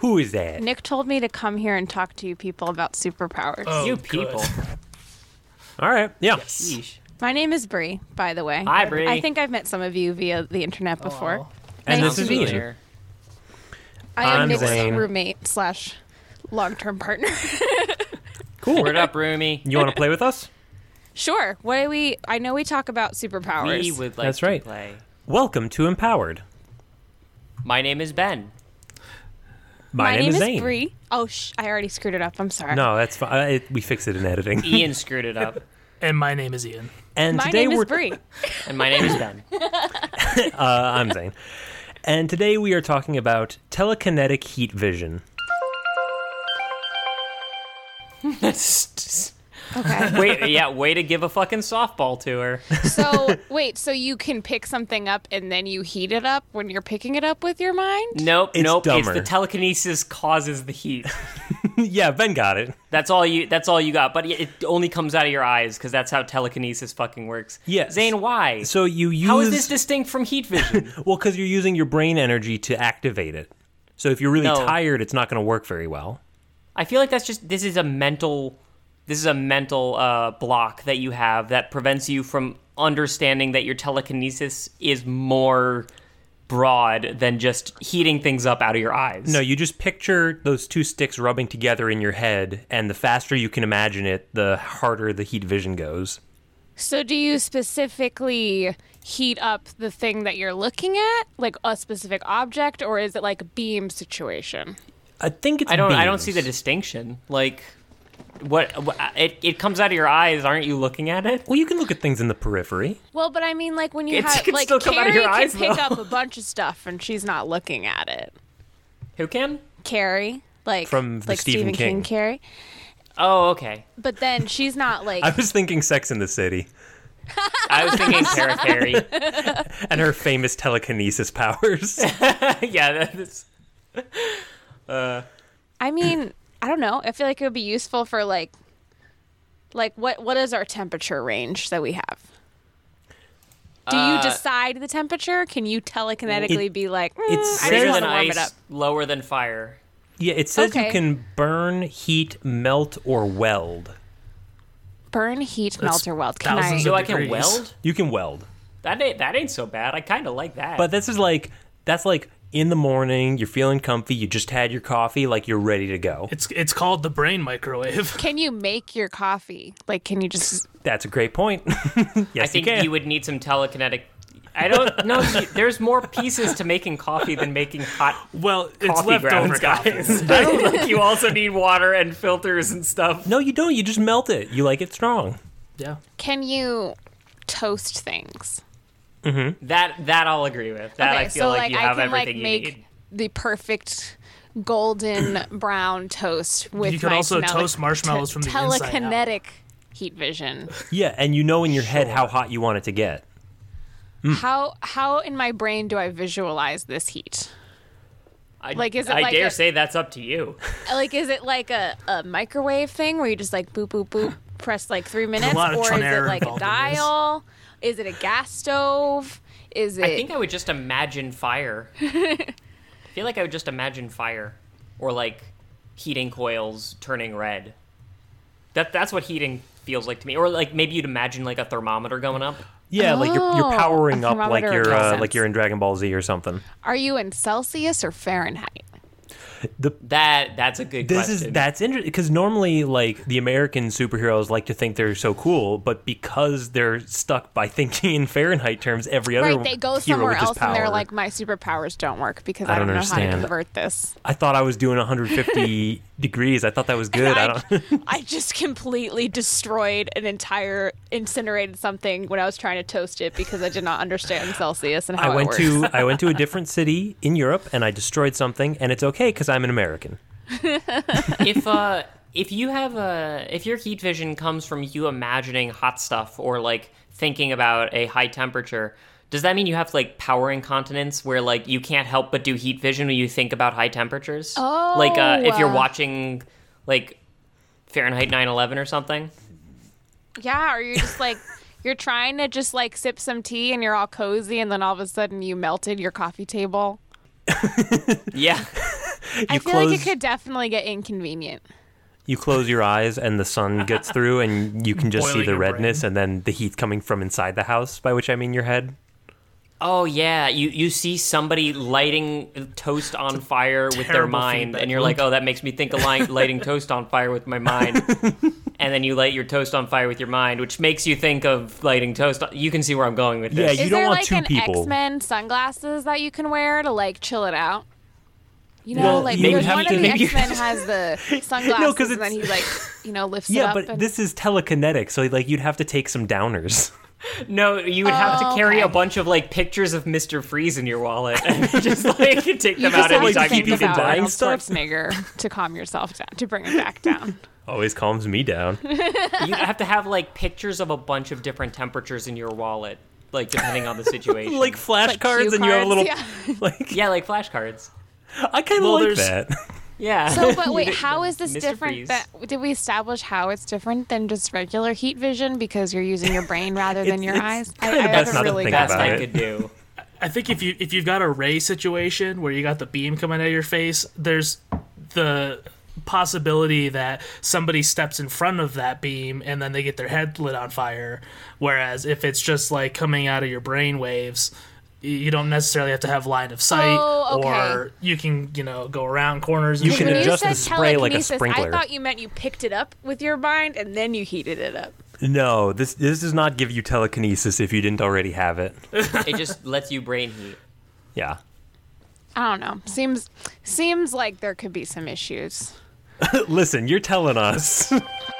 Who is that? Nick told me to come here and talk to you people about superpowers. Oh, you good. people. All right. Yeah. Yeesh. My name is Bree, by the way. Hi, Bree. I think I've met some of you via the internet before. And Nice this is to meet Ian. Familiar. I am I'm Nick's Zane. roommate slash long term partner. Cool. Word up, Roomy. You want to play with us? sure. What do we? I know we talk about superpowers. We would like That's to right. play. Welcome to Empowered. My name is Ben. My, name, is Zane. Bree. Oh, sh- I already screwed it up. I'm sorry. No, that's fine. Uh, it- we fix it in editing. Ian screwed it up. And my name is Ian. And My today name we're is Bree. And my name is Ben. uh, I'm Zane. And today we are talking about telekinetic heat vision. Okay. Wait, yeah, way to give a fucking softball to her. So wait, so you can pick something up and then you heat it up when you're picking it up with your mind? Nope, It's nope. It's dumber. the telekinesis causes the heat. yeah, Ben got it. That's all you. That's all you got. But it only comes out of your eyes because that's how telekinesis fucking works. Yes. Zane, why? So you use how is this distinct from heat vision? well because you're using your brain energy to activate it. So if you're really No. tired, it's not going to work very well. I feel like that's just this is a mental. This is a mental uh, block that you have that prevents you from understanding that your telekinesis is more broad than just heating things up out of your eyes. No, you just picture those two sticks rubbing together in your head, and the faster you can imagine it, the harder the heat vision goes. So do you specifically heat up the thing that you're looking at, like a specific object, or is it like a beam situation? I think it's I don't. I don't see the beams. distinction. Like, what? wh- It it comes out of your eyes. Aren't you looking at it? Well, you can look at things in the periphery. Well, but I mean, like when you It have can like still come out Carrie of your eyes, can pick though. up a bunch of stuff and she's not looking at it. Who can? Carrie, like From the like Stephen King. Carrie, Oh, okay. but then she's not like I was thinking Sex in the City I was thinking Sarah Carey. and her famous telekinesis powers. yeah, that- that's I mean, I don't know. I feel like it would be useful for like like what what is our temperature range that we have? Do you Uh, decide the temperature? Can you telekinetically It- be like, mm, it's I says- just greater want than to warm it up. ice, lower than fire. yeah, it says you Okay. can burn, heat, melt, or weld. Burn, heat, melt, or weld. Can I? thousands So of I can Degrees. weld. You can weld. That ain't that ain't so bad. I kind of like that. But this is like, that's like in the morning, you're feeling comfy, you just had your coffee, like you're ready to go. It's it's called the brain microwave. Can you make your coffee? Like, can you just? That's a great point. yes, I think you you, can. would need some telekinetic. I don't know. you- There's more pieces to making coffee than making hot Well, it's coffee leftover grounds, guys. I don't think you also need water and filters and stuff. no, you don't. You just melt it. You like it strong. Yeah. Can you toast things? That that I'll agree with. That I feel so like, you have I can like everything you make need. the perfect golden brown toast with You could my also tele- toast marshmallows te- from the inside out. telekinetic heat vision. Yeah, and you know in your head how hot you want it to get. How how in my brain do I visualize this heat? I, Like, is it I like dare a- say that's up to you. Like, is it like a, a microwave thing where you just like boop boop boop press like three minutes, lot of or is trial and it error like a involved in this. dial? Is it a gas stove? Is it? I think I would just imagine fire. I feel like I would just imagine fire, or like heating coils turning red. That that's what heating feels like to me. Or like maybe you'd imagine like a thermometer going up. Yeah, like you're, you're Oh, powering a up like thermometer you're makes uh, sense. like you're in Dragon Ball Z or something. are you in Celsius or Fahrenheit? That that's a good This question. is that's interesting because normally like the American superheroes like to think they're so cool, but because they're stuck by thinking in Fahrenheit terms, every other right, they go hero somewhere with his else and they're power- like, my superpowers don't work because I I don't, don't know how understand. to convert this. I thought I was doing 150 degrees. I thought that was good. I I, don't. I just completely destroyed an entire incinerated something when I was trying to toast it because I did not understand Celsius and how I went it works. to I went to a different city in Europe and I destroyed something, and it's okay because I'm an American. if uh if you have a if your heat vision comes from you imagining hot stuff or like thinking about a high temperature does that mean you have like power incontinence where like you can't help but do heat vision when you think about high temperatures Oh, like uh, if you're uh, watching like fahrenheit 911 or something yeah, or you're just like you're trying to just like sip some tea and you're all cozy, and then all of a sudden you melted your coffee table. yeah You I feel like it could definitely get inconvenient. you close your eyes and the sun gets through and you can just see Boiling the your redness and then the heat coming from inside the house by which i mean your head Oh yeah, you you see somebody lighting toast on fire with their terrible mind, feedback and you're loop. like, oh, that makes me think of li- lighting toast on fire with my mind. and then you light your toast on fire with your mind, which makes you think of lighting toast. On- you can see where I'm going with Yeah, this. You Is don't there want like two an people. X Men sunglasses that you can wear to like chill it out? You know, Well, like you because have one to- of the maybe- X Men has the sunglasses, because and then he it's- like you know lifts it yeah up. but and... this is telekinetic so like you'd have to take some downers No, you would have Oh, to carry okay. a bunch of like pictures of Mr. Freeze in your wallet and just like take you them just have out to anytime you think people need about buying Arnold stuff. Schwarzenegger to calm yourself down, to bring it back down. always calms me down You have to have like pictures of a bunch of different temperatures in your wallet, like depending on the situation. like Like cue flashcards and you have a cards, little yeah. like yeah, like flashcards. i kind of Well, like there's- that Yeah. So, but You wait, did- how is this Mr. different? Freeze. That, did we establish how it's different than just regular heat vision because you're using your brain rather It's- than your it's eyes? kinda best not to think best about I it. could do. I think if you if you've got a ray situation where you got the beam coming out of your face, there's the possibility that somebody steps in front of that beam and then they get their head lit on fire. Whereas if it's just like coming out of your brain waves, y- you don't necessarily have to have line of sight, Oh, okay. or you can you know go around corners. You and can When shit. adjust you the said spray like a telekinesis, sprinkler. I thought you meant you picked it up with your mind and then you heated it up. no this this does not give you telekinesis if you didn't already have it It just lets you brain heat. yeah I don't know. Seems seems like there could be some issues. listen you're telling us